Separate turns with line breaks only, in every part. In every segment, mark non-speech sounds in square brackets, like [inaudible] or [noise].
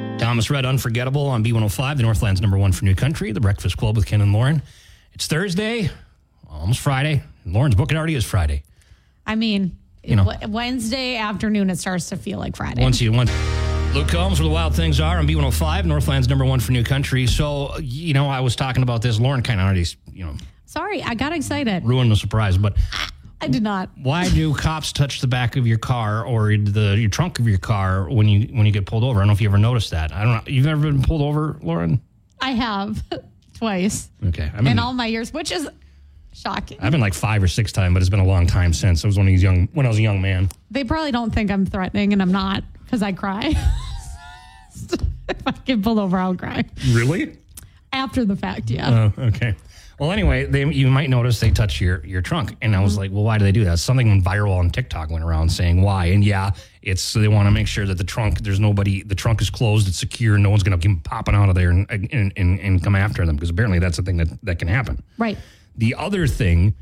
Thomas Red, Unforgettable on B105, the Northland's number one for New Country, The Breakfast Club with Ken and Lauren. It's Thursday, almost Friday. and Lauren's book, it already is Friday.
I mean,
You know.
Wed- Wednesday afternoon, it starts to feel like Friday.
Once you, once. Luke Combs, where the wild things are on B105, Northland's number one for New Country. So, you know, I was talking about this. Lauren kind of already, you know,
Sorry, I got excited.
ruined the surprise, but
I did not.
why do cops touch the back of your car or the your trunk of your car when you when you get pulled over? I don't know if you ever noticed that. I don't know. You've ever been pulled over, Lauren?
I have [laughs] twice
Okay. I
in
mean,
all my years, which is shocking.
I've been like five or six times, but it's been a long time since. I was one of these young when I was a young man.
They probably don't think I'm threatening, and I'm not because I cry. [laughs] if I get pulled over, I'll cry.
Really?
After the fact, yeah.
Oh, okay. Well, anyway, they, you might notice they touch your, your trunk. And I was like, well, why do they do that? Something viral on TikTok went around saying why. And yeah, it's so they want to make sure that the trunk, there's nobody, the trunk is closed, it's secure, no one's going to come popping out of there and, and, and, and come after them because apparently that's the thing that, that can happen.
right.
The other thing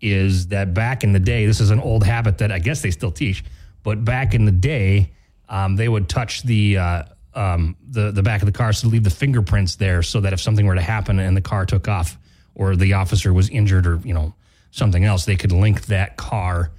is that back in the day, this is an old habit that I guess they still teach, but back in the day, um, they would touch the uh, um, the the back of the car so to leave the fingerprints there, so that if something were to happen and the car took off or the officer was injured or you know something else, they could link that car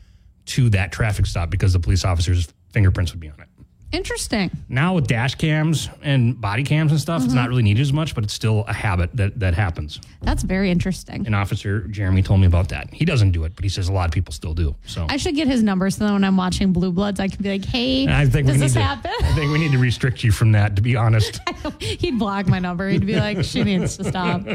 to that traffic stop because the police officer's fingerprints would be on it.
Interesting.
Now with dash cams and body cams and stuff, it's not really needed as much, but it's still a habit that that happens
That's very interesting.
an officer Jeremy told me about that. He doesn't do it, but he says a lot of people still do. So
I should get his number so that when I'm watching Blue Bloods, I can be like, hey,
I think
does
we need
this
to,
happen? [laughs]
I think we need to restrict you from that. To be honest,
He'd block my number. He'd be like, she needs
[laughs]
to stop.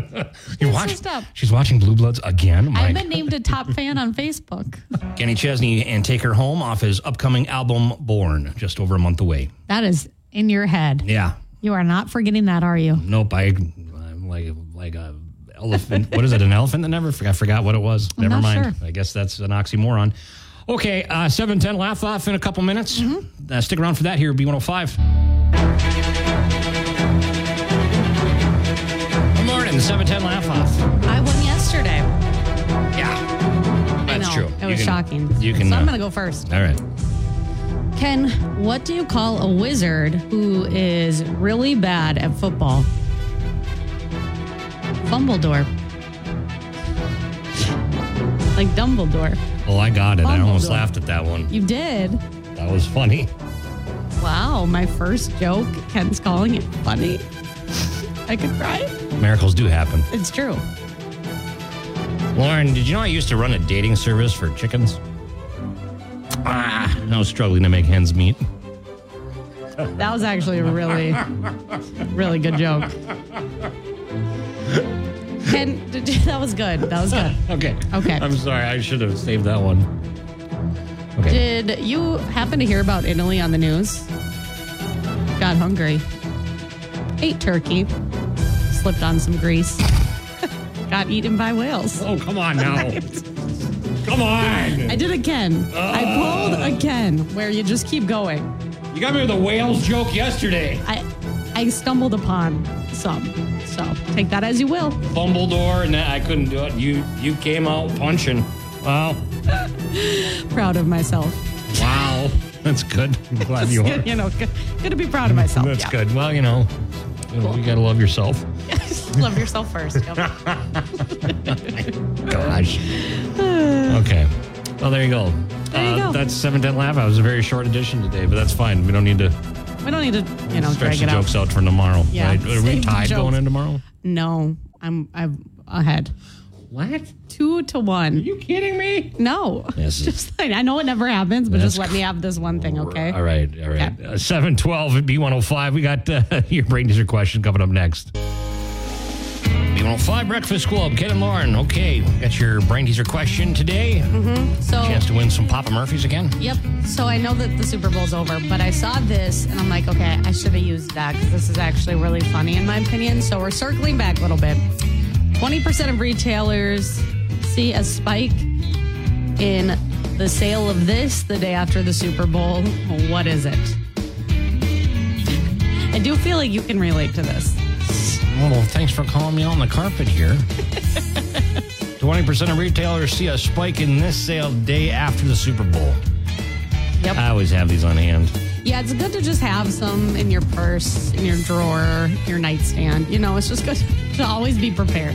you watch.
just up.
She's watching Blue Bloods again. My
I've been named a top fan on Facebook.
Kenny Chesney and Take Her Home off his upcoming album Born, just over a month away.
That is in your head.
Yeah,
You are not forgetting that, are you?
nope. I, I'm like like a elephant. what is it? An elephant that never? I forgot what it was. Never
not
mind.
sure.
I guess that's an oxymoron. Okay, uh, seven ten laugh off in a couple minutes.
Mm-hmm.
Uh, stick around for that here. B one hundred five. Good morning. Seven ten laugh off.
I won yesterday.
Yeah, that's
I know.
true.
It
You
was
can-
shocking.
You can.
so I'm
uh,
going to go first.
all right.
Ken, what do you call a wizard who is really bad at football? Fumbledore. Like Dumbledore.
Well, I got it. I almost
Bumbledore.
laughed at that one.
You did.
That was funny.
Wow, my first joke. Ken's calling it funny. [laughs] I could cry.
Miracles do happen.
It's true.
Lauren, did you know I used to run a dating service for chickens? Ah, I was struggling to make hens meet.
That was actually a really, really good joke. Ken, did you- that was good. That was good.
Okay.
Okay.
I'm sorry. I should have saved that one. Okay.
Did you happen to hear about Italy on the news? Got hungry. Ate turkey. Slipped on some grease. [laughs] Got eaten by whales.
oh, come on
[laughs]
now. come on.
I did a Ken. I pulled a Ken where you just keep going.
You got me with a whales joke yesterday.
I I stumbled upon some. So take that as you will.
Bumbledore, and that, I couldn't do it. You you came out punching. Wow.
Proud of myself.
Wow. [laughs] That's good. I'm glad you are.
Good, [laughs] you know, good, good to be proud of myself.
Mm, That's
yeah.
good. Well, you know, you got to love yourself.
[laughs] Love yourself
[laughs]
first. Yep.
[sighs] Gosh. okay. Well, there you go.
There you
uh,
go.
That's seven ten laugh. That was a very short edition today, but that's fine. We don't need to
we don't need to, you know,
stretch
drag
the
it out.
jokes out for tomorrow.
Yeah.
Right? Are we
Save the
tied
jokes.
going in tomorrow?
No, I'm I'm ahead.
What? Are
Two to one.
you kidding me?
No.
Yes.
[laughs] Just like, I know it never happens, but just
That's
let me have this one thing, okay?
All right. All right. Uh, seven twelve at B one hundred five. We got uh, [laughs] your brain teaser question coming up next. B one hundred five Breakfast Club. Ken and Lauren. Okay, we got your brain teaser question today.
Mm-hmm. So
Chance to win some Papa Murphy's again.
Yep. So I know that the Super Bowl's over, but I saw this and I'm like, okay, I should have used that because this is actually really funny in my opinion. So we're circling back a little bit. 20% of retailers see a spike in the sale of this the day after the Super Bowl. What is it? I do feel like you can relate to this.
Well, thanks for calling me on the carpet here. 20% of retailers see a spike in this sale day after the Super Bowl.
Yep.
Uh, I always have these on hand.
Yeah, it's good to just have some in your purse, in your drawer, your nightstand. You know, it's just good [laughs] to always be prepared.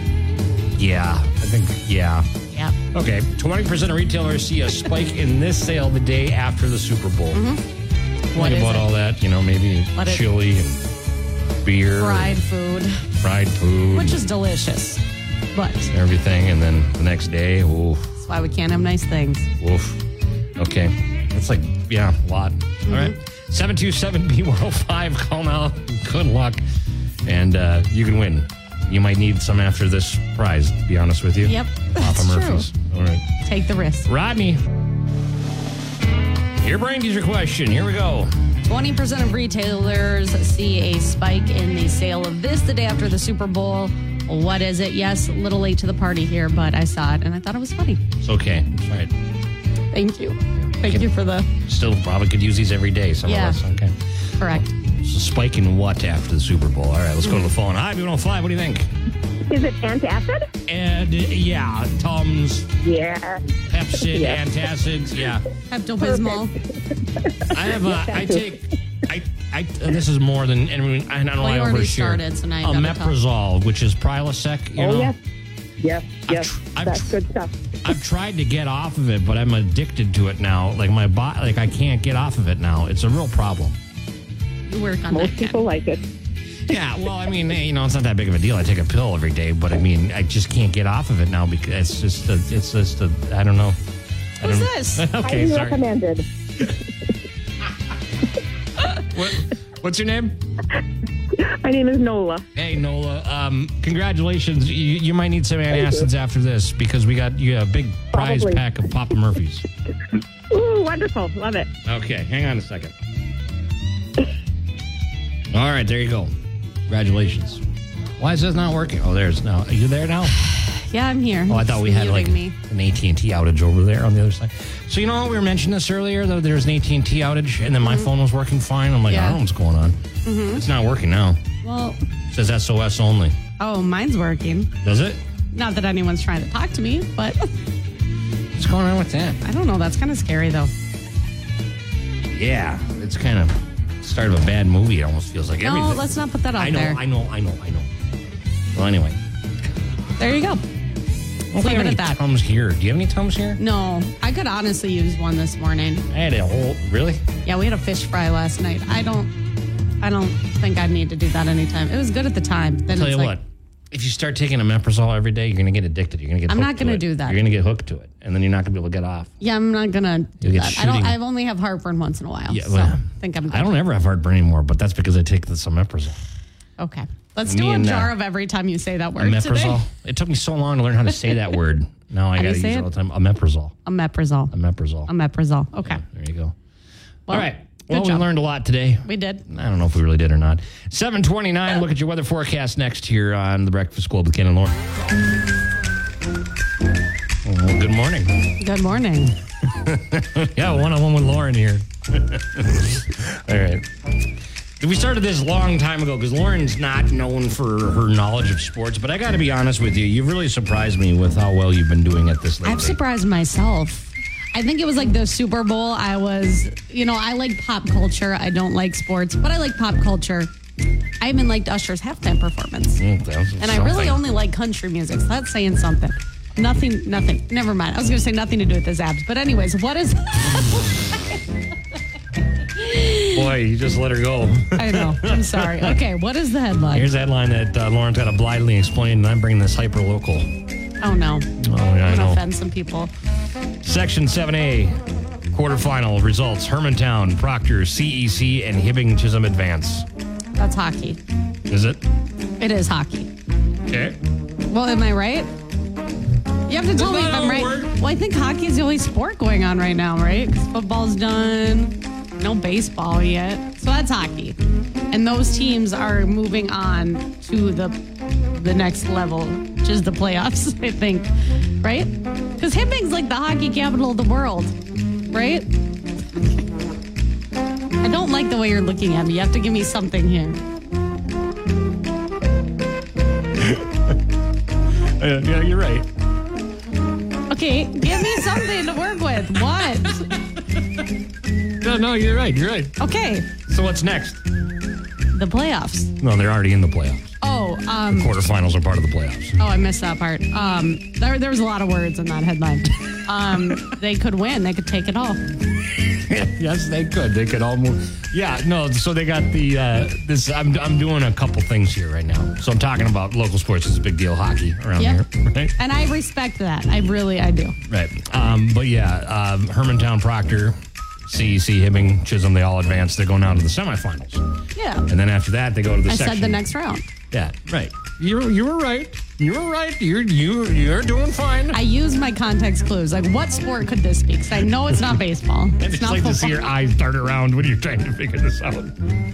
Yeah, I think, yeah.
Yeah.
Okay, 20% of retailers see a spike in this sale the day after the Super Bowl.
Mm-hmm. What
Think
is
about
it?
all that, you know, maybe
What is-
chili and beer,
Fried food,
and fried food,
which is delicious, but
and everything. And then the next day, oof,
that's why we can't have nice things.
oof. Okay, that's like, yeah, a lot.
Mm-hmm.
All right, 727B105, call now. Good luck. And uh, you can win. You might need some after this prize, to be honest with you.
Yep,
Papa
that's true.
Murphy's. All right.
Take the risk.
Rodney. Your brain teaser question. Here we go.
20% of retailers see a spike in the sale of this the day after the Super Bowl. What is it? Yes, a little late to the party here, but I saw it and I thought it was funny.
It's okay. It's all right.
Thank you. Thank you for the
Still probably could use these every day. Some
Yeah.
of us. Okay.
correct.
So spiking what after the Super Bowl? All right, let's go to the phone. Hi, we don't fly. What do you think?
Is it antacid?
And yeah, Tums,
Yeah.
Pepsid,
Yes.
antacids. Yeah,
Pepto Bismol.
I have. Uh, I take. I. I. uh, this is more than. And I mean, I don't know.
Well,
I
you already
overshare.
started, so now you gotta talk.
Omeprazole, which is Prilosec. You
oh,
know?
yes. Yes, yes.
tr- I've
That's
tr-
good stuff.
I've tried to get off of it, but I'm addicted to it now. Like my body, like I can't get off of it now. It's a real problem.
You work on [laughs]
Most
that.
people
Kat.
like it.
Yeah, well, I mean, eh, you know, it's not that big of a deal. I take a pill every day, but I mean, I just can't get off of it now because it's just, a, it's just, a, I don't know. I
Who's
don't- [laughs]
this?
okay,
Highly
sorry.
recommended.
What, what's your name?
My name is Nola.
Hey, Nola. Um, congratulations. You, you might need some antacids after this because we got you got a big prize
Probably.
pack of Papa Murphy's.
Ooh, wonderful. Love it.
Okay, hang on a second. All right, there you go. Congratulations. Why is this not working? Oh, there's no. Are you there now?
Yeah, I'm here.
Oh, I thought we had like
Muting me.
an AT and T outage over there on the other side. So you know how we were mentioning this earlier though. There was an AT and T outage, and then my phone was working fine. I'm like, I
Mm-hmm. Yeah.
don't
Mm-hmm.
know what's going on. It's not working now.
Well,
It says SOS only.
oh, mine's working.
Does it?
Not that anyone's trying to talk to me, but
What's going on with that?
I don't know. That's kind of scary, though.
Yeah, it's kind of start of a bad movie. It almost feels like
No,
everything.
let's not put that out
I know,
there.
I know, I know, I know. Well, anyway.
There you go.
I don't think I
Leave it
have
at
any
that.
Tums here. Do you have any Tums here?
No, I could honestly use one this morning.
I had a whole. Really?
Yeah, we had a fish fry last night. I don't, I don't think I need to do that anytime. It was good at the time. Then
Tell
it's
you
like,
what. If you start taking a Meprazole every day, you're going to get addicted. You're going to get.
I'm
hooked
not gonna
to it.
do that.
You're going to get hooked to it, and then you're not going to be able to get off.
Yeah, I'm not gonna do
You'll get
that. I don't.
shooting.
I only have heartburn once in a while.
Yeah,
so
well,
I think I'm. Good.
I don't ever have heartburn anymore, but that's because I take the, some Meprazole.
Okay, let's
Me
do a
and, uh,
jar of every time you say that word today.
Meprazole. It took me so long to learn how to say that word. Now I
do
got to
you
use
say
it
it?
all the time. A Meprazole.
A meprazole.
A Meprazole.
A meprazole. Okay,
there you go. all
Well,
right.
good
Well, we
job.
learned a lot today.
we did.
I don't know if we really did or not. 729, look at your weather forecast next here on The Breakfast Club with Ken and Lauren. Well, Oh, good morning.
Good morning.
[laughs] Yeah, one on one with Lauren here. [laughs] All right. We started this a long time ago because Lauren's not known for her knowledge of sports, but I got to be honest with you. You've really surprised me with how well you've been doing at this lately.
I'm surprised myself. I think it was like the Super Bowl. I was, you know, I like pop culture. I don't like sports, but I like pop culture. I even liked Usher's halftime performance.
Mm, that was
And I really
something.
only like country music, so that's saying something. Nothing, nothing. Never mind. I was going to say nothing to do with his abs. But, anyways, what is. [laughs]
Boy, you just let her [laughs] go.
I know. I'm sorry. Okay, what is the headline?
Here's the headline that uh, Lauren's got to blithely explain, and I'm bringing this hyper local. Oh,
oh, no.
yeah, I
I'm going to
know.
offend some people.
Section 7A quarterfinal results Hermantown, Proctor, CEC, and Hibbing Chisholm advance.
That's hockey.
Is it?
It is hockey.
Okay.
Well, am I right? You have to tell me
that
if
how
I'm
it
right.
works?
Well, I think hockey is the only sport going on right now, right? 'Cause football's done, no baseball yet, so that's hockey. And those teams are moving on to the the next level, which is the playoffs, [laughs] I think, right? Because Hibbing's like the hockey capital of the world, right? I don't like the way you're looking at me. You have to give me something here.
Uh, yeah, you're right.
Okay, give me something to work with. What?
no, no, you're right. You're right.
Okay,
So what's next?
the playoffs.
No, they're already in the playoffs.
Oh, um,
Quarterfinals are part of the playoffs.
oh, I missed that part. Um, there, there was a lot of words in that headline. Um, they could win. They could take it all.
[laughs] yes, they could. They could all move. Yeah, no. So they got the uh, this. I'm I'm doing a couple things here right now. So I'm talking about local sports. It's a big deal. Hockey around
Yeah.
here, right?
And I respect that. I really, I do.
Right. Um, but yeah, um, Hermantown Proctor, CEC Hibbing, Chisholm. They all advance. They're going out to the semifinals,
Yeah.
and then after that, they go to the.
I
section.
said the next round.
Yeah. Right. You you were right. You were right. You're you you're doing fine.
I used my context clues. Like, what sport could this be? Because I know
[laughs]
it's not baseball.
And
It's
it's
not
like
football.
to see your eyes dart around when you're trying to figure this out.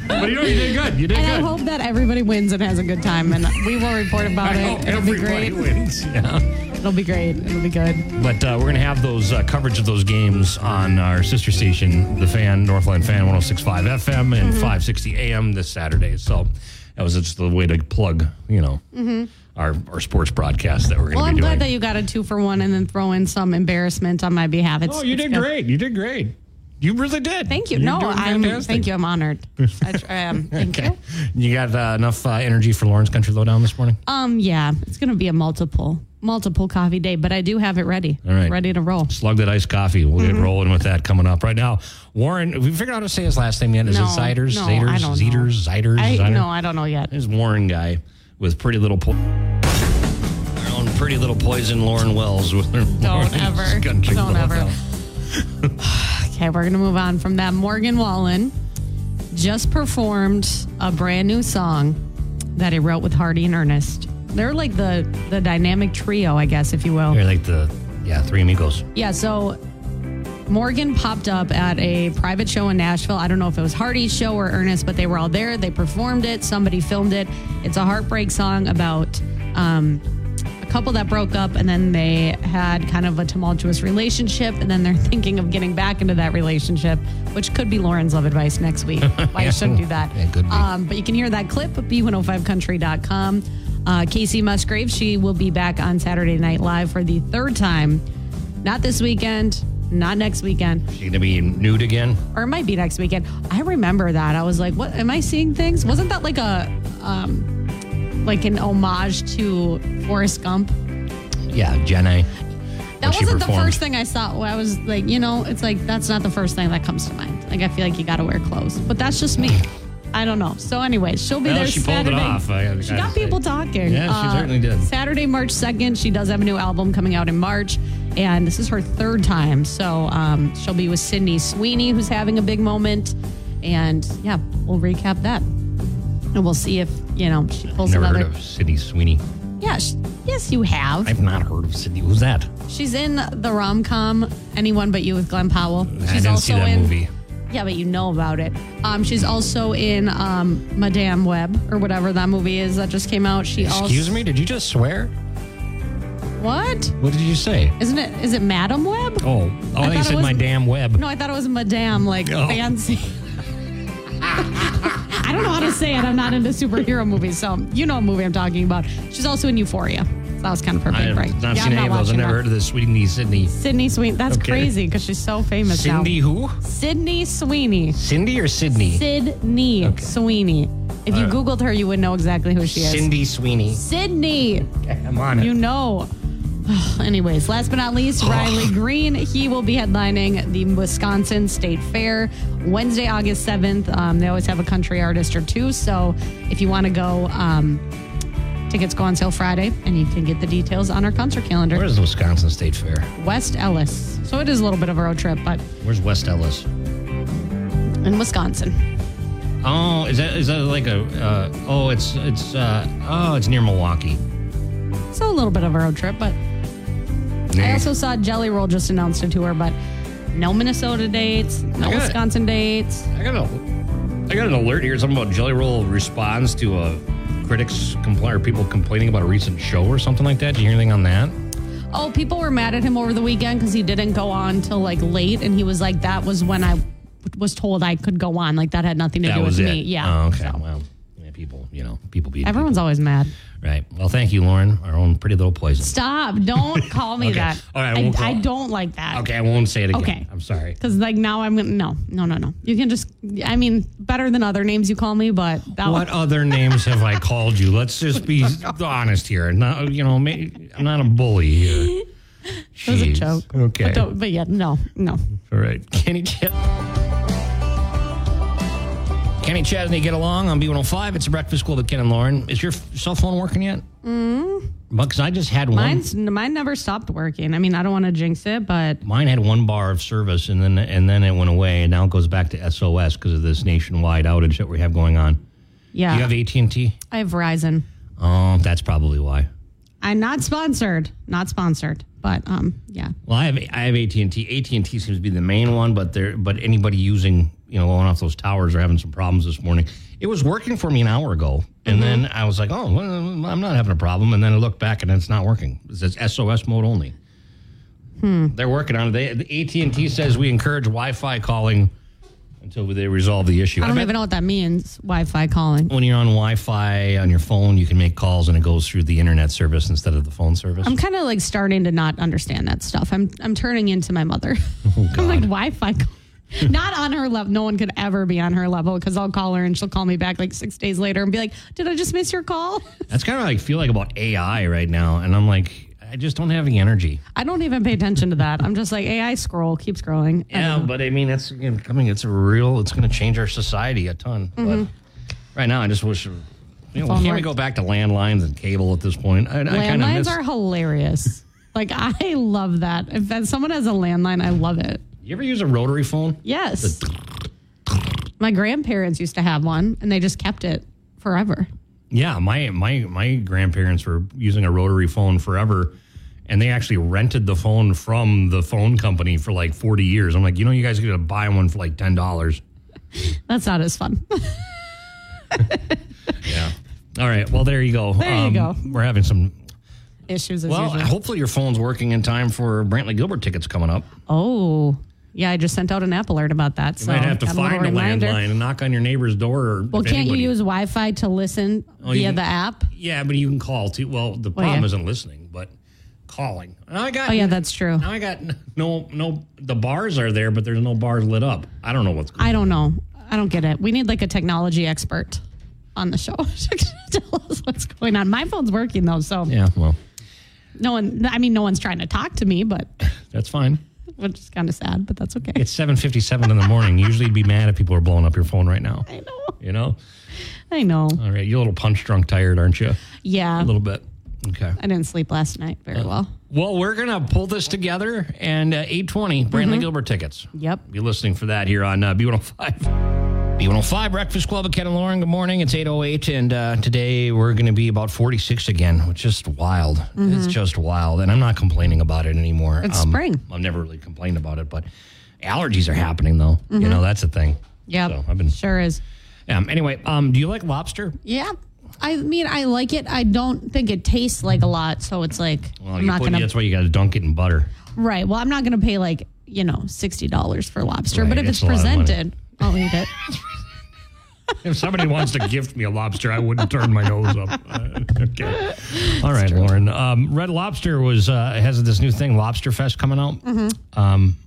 But you know, you did good. You did
And
good.
I hope that everybody wins and has a good time. And we will report about
I
it.
hope
It'll be
everybody
great.
wins. Yeah.
It'll be great. It'll be good.
But uh, we're going to have those uh, coverage of those games on our sister station, The Fan, Northland Fan 1065 FM
Mm-hmm.
and 560 AM this Saturday. So that was just the way to plug, you know, our, our sports broadcast that we're going to
Mm-hmm. Well,
be
I'm
doing.
glad that you got a two for one and then throw in some embarrassment on my behalf. It's,
oh, you
it's
did
good.
great. You did great. You really did.
Thank you.
You're
no,
doing
I'm.
fantastic.
Thank you. I'm
[laughs]
honored. I, tr- I am. Thank
Okay.
you.
[laughs] You got uh, enough uh, energy for Lawrence Country Lowdown this morning?
Um. Yeah. It's gonna be a multiple, multiple coffee day, but I do have it ready.
All right.
Ready to roll.
Slug that iced coffee. We'll
Mm-hmm.
get rolling with that coming up right now. Warren, have we figured out how to say his last name yet? Is
No,
it Ziders?
no,
Zaders?
I don't know.
Zeders? Ziders?
I
Zider?
no, I don't know yet.
This Warren guy with Pretty Little Po- Our own Pretty Little Poison, Lauren Wells. With her Lauren's
Don't ever.
Country
Don't
Lowdown.
ever. okay, we're going to move on from that. Morgan Wallen just performed a brand new song that he wrote with Hardy and Ernest. They're like the the dynamic trio, I guess, if you will.
They're like the, yeah, Three Amigos.
Yeah, so Morgan popped up at a private show in Nashville. I don't know if it was Hardy's show or Ernest, but they were all there. They performed it. Somebody filmed it. It's a heartbreak song about um, a couple that broke up and then they had kind of a tumultuous relationship. And then they're [laughs] thinking of getting back into that relationship, which could be Lauren's love advice
[laughs]
next week. Why you shouldn't do that.
It could be.
Um, um, but you can hear that clip at b105country.com. Uh, Casey Musgrave, she will be back on Saturday Night Live for the third time. Not this weekend, not next weekend,
She's going to be nude again.
or it might be next weekend. I remember that. I was like, what? Am I seeing things? Wasn't that like a. Um, like an homage to Forrest Gump.
Yeah, Jenna.
That
she
wasn't the
performed.
first thing I saw. I was like, you know, it's like that's not the first thing that comes to mind. Like I feel like you got to wear clothes, but that's just me. I don't know. So anyway, she'll be
Well,
there
she pulled it
Saturday.
off, I gotta-
she
gotta
got
say.
people talking. Uh,
Yeah, she certainly did.
Saturday, March second, she does have a new album coming out in March, and this is her third time. So um, she'll be with Sydney Sweeney, who's having a big moment, and yeah, we'll recap that, and we'll see if you know she pulls
Never
another.
heard of Sydney Sweeney.
Yeah, she, yes, you have.
I've not heard of Sydney. Who's that?
She's in the rom com Anyone But You with Glenn Powell. She's
I didn't see that
in,
movie.
Yeah, but you know about it. Um, she's also in um, Madame Web or whatever that movie is that just came out. She
Excuse me? Did you just swear?
What?
What did you say?
Isn't it? Is it Madame Web?
Oh, oh I,
thought
thought you
it
said
was-
my damn web.
No, I thought it was Madame, like
Oh.
fancy. [laughs] I don't know how to say it. I'm not into superhero movies, so you know what movie I'm talking about. She's also in Euphoria. So that was kind of perfect,
I have
right?
not
Yeah,
seen
I'm
any of those. I've
watching
never
that.
heard of this Sweetie Sydney.
Sydney Sweeney. That's
Okay.
crazy because she's so famous
Cindy
now.
who?
Sydney Sweeney.
Cindy or Sydney?
Sydney Sweeney. If you Googled her, you would know exactly who she is.
Cindy Sweeney.
Sydney,
I'm on it.
you know. [sighs] Anyways, last but not least, Riley Green. He will be headlining the Wisconsin State Fair Wednesday, August 7th. Um, they always have a country artist or two. So if you want to go, um, tickets go on sale Friday, and you can get the details on our concert calendar.
Where's the Wisconsin State Fair?
West Ellis. So it is a little bit of a road trip, but
Where's West Ellis?
in Wisconsin.
Oh, is that is that like a? Uh, oh, it's it's uh, oh, it's near Milwaukee.
So a little bit of a road trip, but I also saw Jelly Roll just announced a tour, but no Minnesota dates, no
I got it.
Wisconsin dates.
I got a, I got an alert here. Something about Jelly Roll responds to a critics complain or people complaining about a recent show or something like that. Did you hear anything on that?
Oh, people were mad at him over the weekend because he didn't go on till like late, and he was like, "That was when I was told I could go on. Like that had nothing to
That
do
was
with
it.
me." Yeah.
Oh, okay.
So,
Well, yeah, people, you know, people be
Everyone's always mad.
Right. Well, thank you, Lauren, our own pretty little poison.
Stop.
[laughs]
Don't call me
Okay.
that.
All right, I won't
I,
call.
don't like that.
Okay, I won't say it again.
Okay.
I'm sorry.
Because, like, now I'm going to. No, no, no, no. You can just. I mean, better than other names you call me, but that
What
one.
other names have I called you? Let's just be honest here. Not, you know, may I'm not a bully here. It
was a joke.
Okay.
But, don't- but yeah, no, no.
All right. Kenny Ch- Kenny Chesney, get along on B105. It's a breakfast club with Ken and Lauren. Is your f- cell phone working yet? Mm. Because I just had one.
Mine's, mine never stopped working. I mean, I don't want to jinx it, but
Mine had one bar of service, and then and then it went away, and now it goes back to SOS because of this nationwide outage that we have going on.
yeah.
Do you have AT and T?
I have Verizon.
Oh, that's probably why.
I'm not sponsored. Not sponsored. But um, yeah.
Well, I have I have AT and T. AT and T seems to be the main one, but there but anybody using you know going off those towers are having some problems this morning. It was working for me an hour ago, and then
Mm-hmm.
I was like, oh, well, I'm not having a problem, and then I look back and it's not working. It says SOS mode only.
Hmm.
They're working on it. They, the AT and T says we encourage Wi-Fi calling until they resolve the issue.
I don't
bet
even know what that means. Wi-Fi calling.
when you're on Wi-Fi on your phone, you can make calls and it goes through the internet service instead of the phone service.
I'm kind of like starting to not understand that stuff. I'm I'm turning into my mother.
Oh,
[laughs] I'm like Wi-Fi. call- [laughs] Not on her level. No one could ever be on her level because I'll call her and she'll call me back like six days later and be like, "Did I just miss your call?" [laughs]
That's kind of like feel like about AI right now, and I'm like, I just don't have the energy.
I don't even pay attention to that. I'm just like, "AI scroll, keep scrolling." I
Yeah,
don't know.
but I mean, that's again, coming. It's a real. It's going to change our society a ton. But right now, I just wish. You know,
Mm-hmm. Phone
can't we
worked.
go back to landlines and cable at this point? I, I kind of
landlines
miss. [laughs]
are hilarious. like I love that. If that- someone has a landline, I love it.
you ever use a rotary phone?
Yes. My grandparents used to have one and they just kept it forever.
Yeah, my my my grandparents were using a rotary phone forever, and they actually rented the phone from the phone company for like forty years. I'm like, you know, you guys could buy one for like ten dollars.
That's not as fun. [laughs]
Yeah. All right. Well, there you go. There
you go.
We're having some.
Issues as
Well,
usual.
hopefully your phone's working in time for Brantley Gilbert tickets coming up.
Oh, yeah. I just sent out an app alert about that. so
Might have to
got little
find a
reminder.
landline and knock on your neighbor's door. Or
Well,
if
can't
anybody- Oh,
you use Wi Fi to listen
you
via
can-
the app?
Yeah, but you can call too. Well, the problem
yeah.
isn't listening, but calling. And I got.
Oh, yeah, that's true.
Now I got [laughs] n- no no. The bars are there, but there's no bars lit up. I don't know what's. going
I don't know. I don't get it. We need like a technology expert on the show [laughs] to tell us what's going on. My phone's working though, so
Yeah. Well,
no one. I mean, no one's trying to talk to me, but [laughs]
that's fine.
which is kind of sad. But that's okay.
It's seven fifty seven in the morning. Usually, you'd be mad if people are blowing up your phone right now.
I know.
You know.
I know.
All right, you're a little punch drunk, tired, aren't you?
Yeah.
A Uh, little Uh, bit. Okay.
I didn't sleep last night very well.
Well, we're gonna pull this together and uh, eight twenty Brantley Gilbert tickets.
Mm-hmm. Yep.
Be listening for that here on uh, B105. B105 Breakfast Club with Ken and Lauren. Good morning. It's 808, and uh, today we're going to be about 46 again, which is just wild. It's just wild. And I'm not complaining about it anymore.
Mm-hmm.
Um,
It's spring.
I've never really complained about it, but allergies are happening, though.
Mm-hmm.
You know, that's a thing.
Yep.
So I've been.
Sure is.
Um, anyway, um, do you like lobster?
Yeah. I mean, I like it. I don't think it tastes like a lot, so it's like
Well,
I'm
you
not
put-
gonna
that's why you got to dunk it in butter.
right. Well, I'm not gonna pay like you know sixty dollars for lobster,
Right,
but if
it's
it's,
a lot of money.
presented, I'll eat it.
If somebody wants to gift me a lobster, I wouldn't turn my nose up. [laughs] Uh, okay. All right, Lauren. Um, Red Lobster was uh, has this new thing, Lobster Fest, coming out. Um,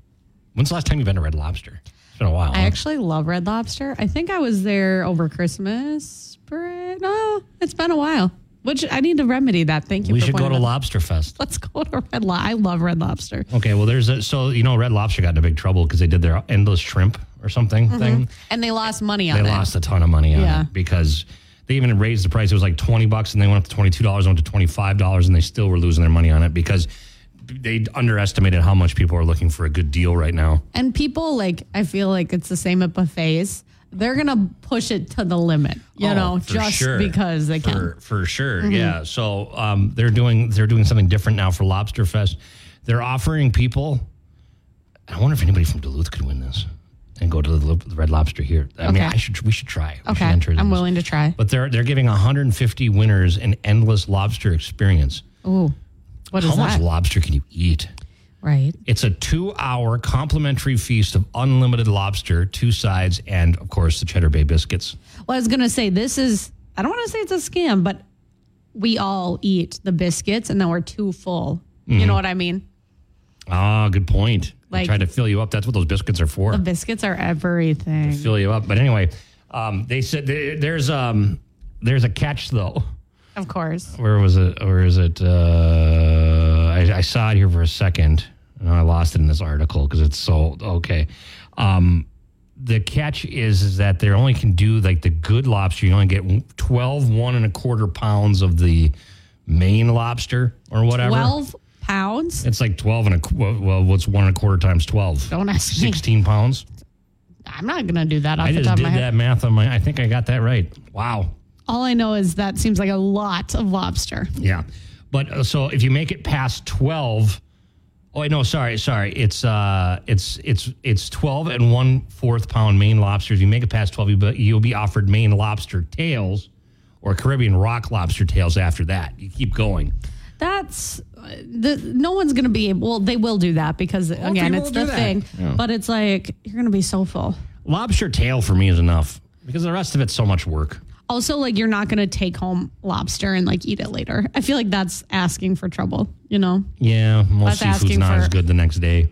when's the last time you've been to Red Lobster? It's been a while.
I
huh?
actually love Red Lobster. I think I was there over Christmas. break. No, it's been a while. Which I need to remedy that. Thank you.
we
for
should go
pointing
to
that-
Lobster Fest.
Let's go to Red Lobster. I love Red Lobster.
Okay. Well, there's a, so you know Red Lobster got into big trouble because they did their endless shrimp or something thing.
And they lost money
They
on it.
lost a ton of money on
Yeah.
it because they even raised the price. It was like twenty bucks, and they went up to twenty two dollars, went to twenty five dollars, and they still were losing their money on it because they underestimated how much people are looking for a good deal right now.
And people like I feel like it's the same at buffets. They're gonna push it to the limit, you
Oh,
know,
for
just
sure.
because they
for,
can. Mm-hmm.
for sure. Yeah. So um, they're doing they're doing something different now for Lobster Fest. They're offering people. I wonder if anybody from Duluth could win this and go to the, the Red Lobster here. I mean,
Okay.
I should we should try. We should
Okay,
enter
I'm
this.
willing to try.
But they're they're giving 150 winners an endless lobster experience.
Ooh, what is
How much
that?
lobster can you eat?
right.
It's a two hour complimentary feast of unlimited lobster, two sides, and of course the Cheddar Bay biscuits.
Well, I was gonna say this is. I don't want to say it's a scam, but we all eat the biscuits and then we're too full.
Mm-hmm.
You know what I mean?
Ah, good point. Like,
Like-
trying to fill you up. That's what those biscuits are for.
The biscuits are everything.
fill you up. But anyway, um, they said there- there's um, there's a catch though.
Of course.
Where was it? Where is it? Uh, I, I saw it here for a second, and I lost it in this article because it's so okay. Um, the catch is, is that they only can do like the good lobster. You only get 12 one and a quarter pounds of the main lobster or whatever.
12 pounds?
It's like 12 and a, qu- well, what's one and a quarter times 12?
Don't ask me.
16 pounds.
I'm not going to do that off
I
the
just
top of
did
my head.
that math on my. I think I got that right. Wow.
All I know is that seems like a lot of lobster.
Yeah. But uh, so if you make it past 12, oh wait, no, sorry, sorry. It's uh it's it's it's 12 and one fourth pound Maine lobster. If you make it past 12, you be, you'll be offered Maine lobster tails or Caribbean rock lobster tails after that. You keep going.
That's uh, the no one's going to be able. Well, they will do that because again,
people
it's
will
the
do that.
thing. But it's like you're going to be so full.
Lobster tail for me is enough because the rest of it's so much work.
Also, like you're not going to take home lobster and like eat it later. I feel like that's asking for trouble. You know? [laughs]
Yeah, most
That's
seafood's
asking
not
for-
as good the next day.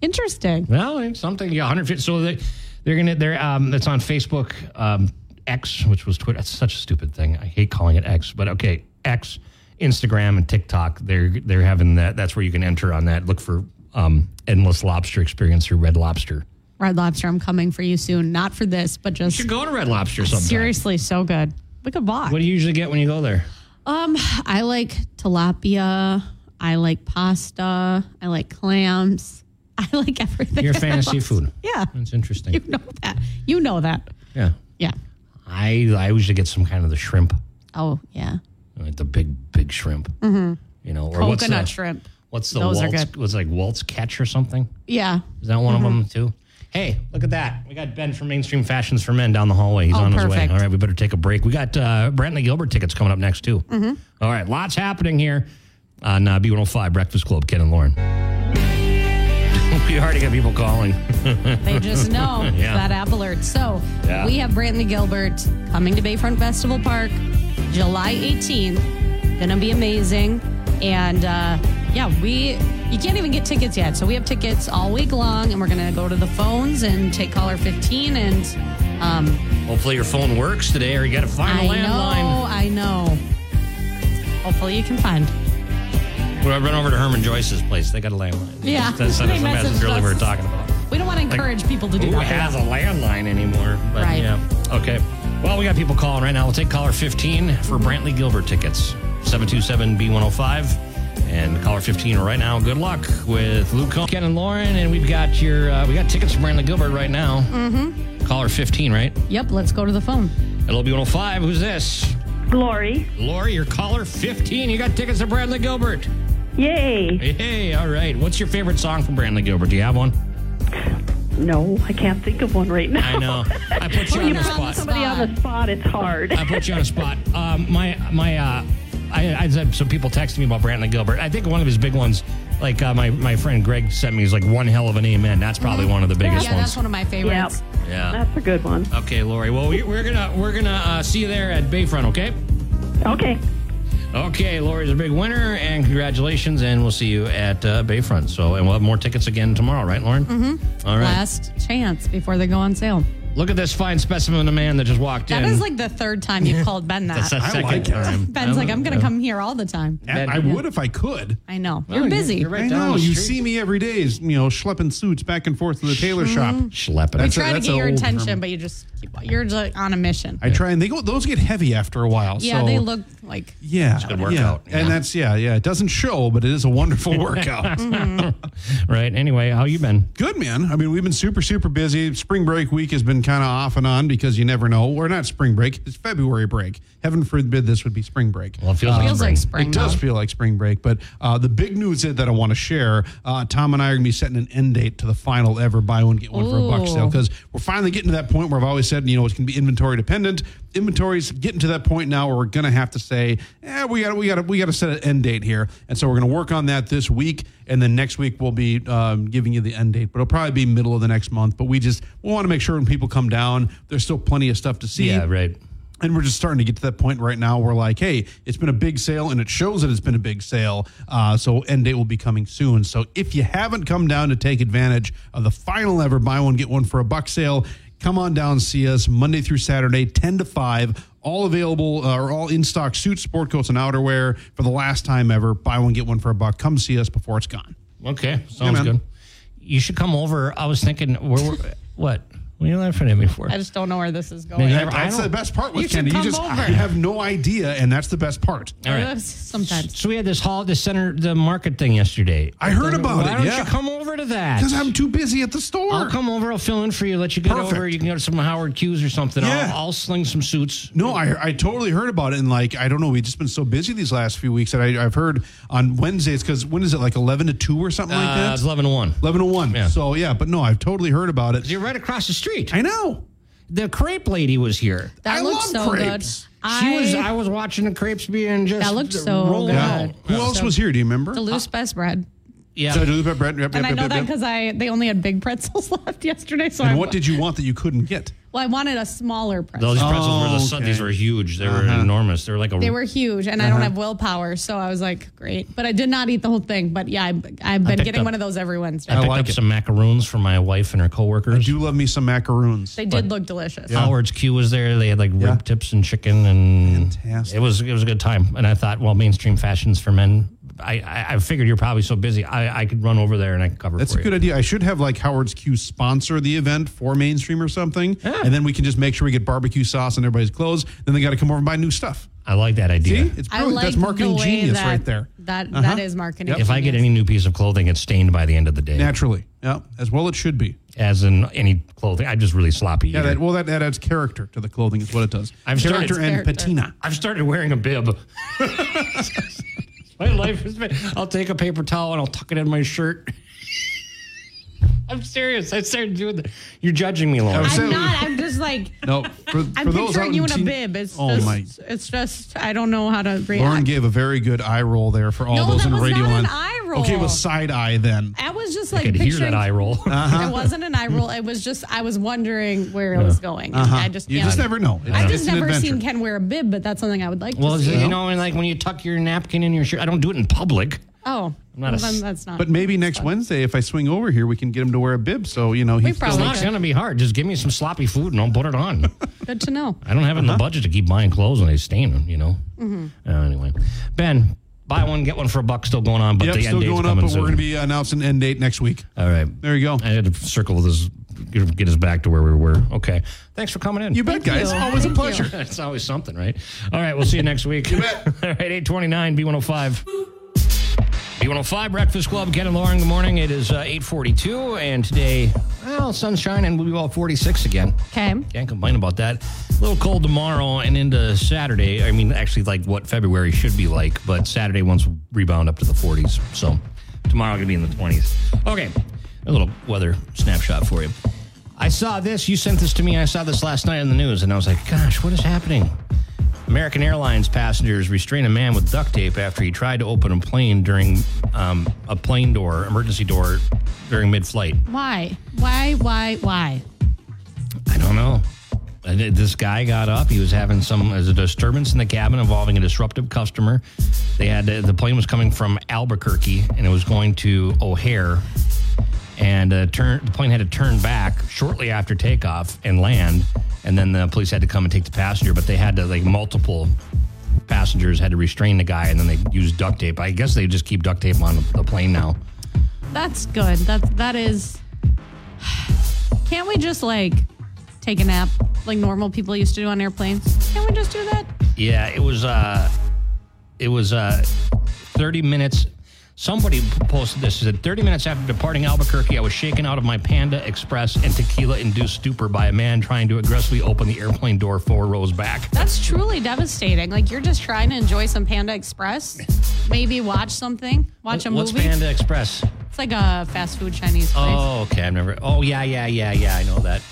Interesting.
Well, it's something. Yeah, 150. So they, they're gonna. They're um. It's on Facebook. Um, X, which was Twitter. That's such a stupid thing. I hate calling it X, but okay. X, Instagram, and TikTok. They're they're having that. That's where you can enter on that. Look for um endless lobster experience or Red Lobster.
Red Lobster, I'm coming for you soon. Not for this, but just
You should go to Red Lobster sometime.
seriously, so good. We could walk.
What do you usually get when you go there?
Um, I like tilapia. I like pasta. I like clams. [laughs] I like everything.
You're a fan of
I love.
seafood.
Yeah, [laughs]
That's interesting.
you know that. You know that.
yeah,
Yeah.
I I usually get some kind of the shrimp,
Oh yeah.
like the big big shrimp. You know, or what's
Mm-hmm. Coconut
the,
shrimp.
What's the
Those are
waltz?
good.
What's like waltz catch or something?
Yeah.
Is that one
Mm-hmm.
of them too? Hey, look at that. We got Ben from Mainstream Fashions for Men down the hallway. He's
Oh,
on his way.
perfect.
All right, we better take a break. We got uh, Brantley Gilbert tickets coming up next too.
Mm-hmm.
All right, lots happening here on uh, B105 Breakfast Club, Ken and Lauren. [laughs] we already got people calling.
They
[laughs]
just know
Yeah.
that app alert. So
Yeah.
we have Brantley Gilbert coming to Bayfront Festival Park July 18th. Gonna be amazing. And uh, yeah, we you can't even get tickets yet. So we have tickets all week long, and we're gonna go to the phones and take caller 15. And um,
Hopefully your phone works today or you got to find
I
a landline.
know, I know. Hopefully you can find.
Well, I run over to Herman Joyce's place. They got a landline.
Yeah.
That's, that's,
[laughs] They
that's,
messaged
really what
us.
we're talking about.
We don't want to encourage people to do
Who
that.
has a landline anymore? But
Right.
yeah. Okay. Well, we got people calling right now. We'll take caller 15 for Brantley Gilbert tickets. 727B105 and caller 15 right now. Good luck with Luke Combs, Ken and Lauren and we've got your uh, we got tickets for Brantley Gilbert right now. Mhm. Caller 15, right?
Yep, let's go to the phone.
It'll be 105. Who's this?
Glory.
Lori, your caller 15. You got tickets to Brantley Gilbert.
Yay.
Hey, all right. What's your favorite song from Brantley Gilbert? Do you have one?
No, I can't think of one right now.
I know. I put you on the
you're on the
spot.
Somebody on the spot, it's hard.
I put you on a spot. Um, my my, uh, I, I had some people texting me about Brantley Gilbert. I think one of his big ones, like uh, my my friend Greg sent me, is like one hell of an amen. That's probably one of the biggest
Mm-hmm. Yeah, that's
ones.
one of my
Yep.
favorites.
yeah.
That's a good one.
Okay, Lori. Well, we, we're gonna we're gonna uh, see you there at Bayfront. Okay.
Okay.
Okay, Lori's a big winner, and congratulations, and we'll see you at uh, Bayfront. So, and we'll have more tickets again tomorrow, right, Lauren? Mm-hmm. All right.
Last chance before they go on sale.
Look at this fine specimen of man that just walked
That
in.
is like the third time you've called Ben
That's
that.
the second time.
[laughs]
Uh,
Ben's like, I'm going to come here all the time.
I would if I could.
I know. You're busy.
You're right
I
down
know.
the
You
street.
see me every day, is, you know, schlepping suits back and forth to the tailor shop.
Schlepping.
That's
[laughs]
Trying to
that's
get
a
your
old
attention,
term.
but you just keep, you're just on a mission.
I try, and they go. Those get heavy after a while.
yeah,
so-
they look like
Yeah,
good
yeah.
workout, yeah.
and that's yeah, yeah. It doesn't show, but it is a wonderful [laughs] workout.
Mm.
Right. Anyway, how you been?
Good man. I mean, we've been super, super busy. Spring break week has been kind of off and on because you never know. Or not spring break. It's February break. Heaven forbid this would be spring break.
Well, it Uh, feels like
feels
spring.
like spring.
It does
now.
feel like spring break, but uh, the big news that I want to share: uh, Tom and I are going to be setting an end date to the final ever buy one get one for a buck
Ooh.
sale because we're finally getting to that point where I've always said, you know, it's going to be inventory dependent. Inventory's getting to that point now where we're going to have to say, eh, we got, we got, we got to set an end date here, and so we're going to work on that this week, and then next week we'll be um, giving you the end date, but it'll probably be middle of the next month. But we just we want to make sure when people come down, there's still plenty of stuff to see.
Yeah, right.
And we're just starting to get to that point right now. We're like, hey, it's been a big sale, and it shows that it's been a big sale. Uh, so end date will be coming soon. So if you haven't come down to take advantage of the final ever buy one get one for a buck sale, come on down, see us Monday through Saturday, ten to five. All available uh, or all in stock suits, sport coats, and outerwear for the last time ever. Buy one get one for a buck. Come see us before it's gone.
Okay, sounds
man.
good. You should come over. I was thinking, where, were what? What are you laughing at me for?
I just don't know where this is going.
Yeah, I
That's
don't-
the best part
You
with
should
Kenny. You
come
just
over.
I have no idea, and that's the best part.
All right.
[laughs] Sometimes.
So we had this hall, the center, the market thing yesterday.
I heard about
Why
it,
don't
yeah.
you come over to that?
Because I'm too busy at the store.
I'll come over. I'll fill in for you. Let you get
Perfect.
over. You can go to some Howard Hughes or something.
Yeah.
I'll, I'll sling some suits.
No, I, I totally heard about it. And like, I don't know, we've just been so busy these last few weeks that I, I've heard on Wednesdays, because when is it like 11 to 2 or something like
Uh,
that?
it's eleven to one.
11 to 1.
Yeah.
So yeah, but no, I've totally heard about it.
You're right across the street.
I know.
The crepe lady was here.
That
I
looks
love
so
crepes.
good.
She
I,
was. I was watching the crepes being just
That looked so
rolling
good.
out.
Who else was here? Do you remember?
the loose best bread.
Yeah.
So, Duluth Bread- yep,
And
yep,
I know
yep,
that
yep.
because I they only had big pretzels [laughs] left yesterday. So I,
And what did you want that you couldn't get?
well, I wanted a smaller pretzel.
Those pretzels were the
Oh,
sun.
okay. Uh-huh.
These were huge. They were enormous. They were like a.
They were huge, and I don't have willpower, so I was like, great. But I did not eat the whole thing. But yeah, I, I've been
picked
getting
up-
one of those every Wednesday.
I picked
like
up
it.
some macaroons for my wife and her coworkers.
Do love me some macaroons.
they did look delicious.
Howard's Q was there. They had like
Yeah.
rib tips and chicken, and
Fantastic.
it was it was a good time. And I thought, well, mainstream fashions for men. I I, I figured you're probably so busy. I, I could run over there and I could cover.
That's
for
a good
you.
idea. I should have like Howard's Q sponsor the event for mainstream or something, and then we can just make sure we get barbecue sauce on everybody's clothes. Then they got to come over and buy new stuff.
I like that idea.
See, it's
I
brilliant.
like
That's marketing
the way
genius
that,
right there. Uh-huh.
That that is marketing.
if I get
genius.
any new piece of clothing, it's stained by the end of the day.
Naturally, yeah, as well it should be.
As in any clothing, I'm just really sloppy.
Yeah,
here.
that, well, that, that adds character to the clothing is what it does.
I've started-
character and
Character.
patina.
I've started wearing a bib. [laughs] my life has been. I'll take a paper towel and I'll tuck it in my shirt. [laughs] I'm serious. I started doing that. You're judging me, Lauren.
I was-
I'm
So-
not. I'm just
[laughs]
like.
No, for,
I'm
for those out
picturing you in a
teen-
bib. It's
oh
just,
my!
It's just. I don't know how to react.
Lauren gave a very good eye roll there for all
No,
those
that
in
was
radio
not
land.
an eye roll.
Okay, it was side eye then.
I was just like
could hear
picturing.
that eye
[laughs]
roll.
Uh-huh.
It wasn't an eye roll. It was just I was wondering where it was going. and I just.
Uh-huh. You
can't-
just never know. It's-
I've
it's
just
an
never
adventure.
seen Ken wear a bib, but that's something I would like
Well,
to see.
you know, and like when you tuck your napkin in your shirt, I don't do it in public.
Oh,
not
well,
a s-
then that's not.
But maybe next Wednesday, if I swing over here, we can get him to wear a bib. So you know, he
It's
Probably
not
could.
going to be hard. Just give me some sloppy food and I'll put it on.
good to know.
I don't have it in the budget to keep buying clothes and they stain them, you know? Uh, anyway, Ben, buy one, get one for a buck, still going on, but
Yep,
the
still
end date's
going up,
coming
but
soon.
we're going to be announcing end date next week.
All right.
There you go.
I had to circle this, get get us back to where we were. Okay. Thanks for coming in.
You bet,
Thank
guys.
you.
Always a
Thank
pleasure.
you.
It's always something, right? All right, we'll see you next week. [laughs] All right, 829 B105. B105 Breakfast Club, Ken and Lauren, good morning. It is uh, 842, and today, well, sunshine, and we'll be all 46 again.
Okay.
Can't complain about that. A little cold tomorrow and into Saturday. I mean, actually, like what February should be like, but Saturday once rebound up to the 40s. So tomorrow going to be in the 20s. Okay, a little weather snapshot for you. I saw this. You sent this to me. I saw this last night on the news, and I was like, gosh, what is happening? American Airlines passengers restrain a man with duct tape after he tried to open a plane during um, a plane door, emergency door, during mid flight.
Why? Why? Why? Why?
I don't know. And th- This guy got up. He was having some as a disturbance in the cabin involving a disruptive customer. They had the plane was coming from Albuquerque and it was going to O'Hare, and uh, turn the plane had to turn back shortly after takeoff and land, and then the police had to come and take the passenger. But they had to like multiple passengers had to restrain the guy, and then they used duct tape. I guess they just keep duct tape on the plane now.
That's good. That that is. Can't we just like take a nap like normal people used to do on airplanes? Can't we just do that?
Yeah, it was uh it was uh 30 minutes somebody posted this It said 30 minutes after departing Albuquerque I was shaken out of my Panda Express and tequila induced stupor by a man trying to aggressively open the airplane door four rows back.
That's truly devastating. Like you're just trying to enjoy some Panda Express, maybe watch something, watch a
What's
movie.
Panda Express?
It's like a fast food Chinese place.
Oh, okay. I've never Oh, yeah, yeah, yeah, yeah. I know that.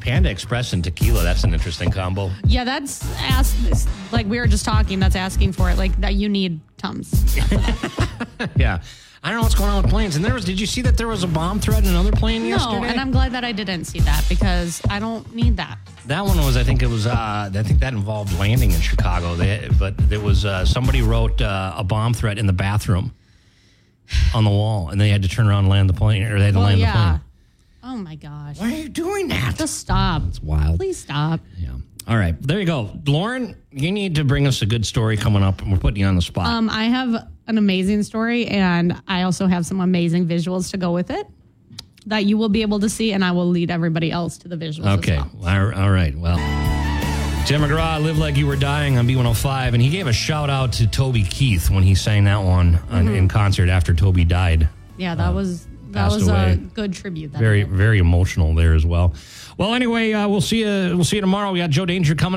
Panda Express and tequila, that's an interesting combo.
Yeah, that's ask this like we were just talking. That's asking for it. Like that you need tums.
Yeah. I don't know what's going on with planes. And there was, did you see that there was a bomb threat in another plane yesterday?
No, and I'm glad that I didn't see that because I don't need that.
That one was, I think it was, uh, I think that involved landing in Chicago. They, but there was uh, somebody wrote uh, a bomb threat in the bathroom on the wall, and they had to turn around and land the plane, or they had to
Well,
land
yeah. Oh my gosh.
the plane. Why are you doing that?
Just stop.
Wild.
Please stop.
Yeah. All right, there you go, Lauren. You need to bring us a good story coming up, and we're putting you on the spot.
Um, I have an amazing story, and I also have some amazing visuals to go with it that you will be able to see, and I will lead everybody else to the visuals. as
Okay.
well.
All all right. Well, Tim McGraw, Live Like You Were Dying on B105. And he gave a shout out to Toby Keith when he sang that one
Mm-hmm.
on, in concert after Toby died.
Yeah, that was that
Uh, passed
was
away.
a good tribute. That
Very,
I did.
very emotional there as well. Well, anyway, uh, we'll see you. We'll see you tomorrow. We got Joe Danger coming in.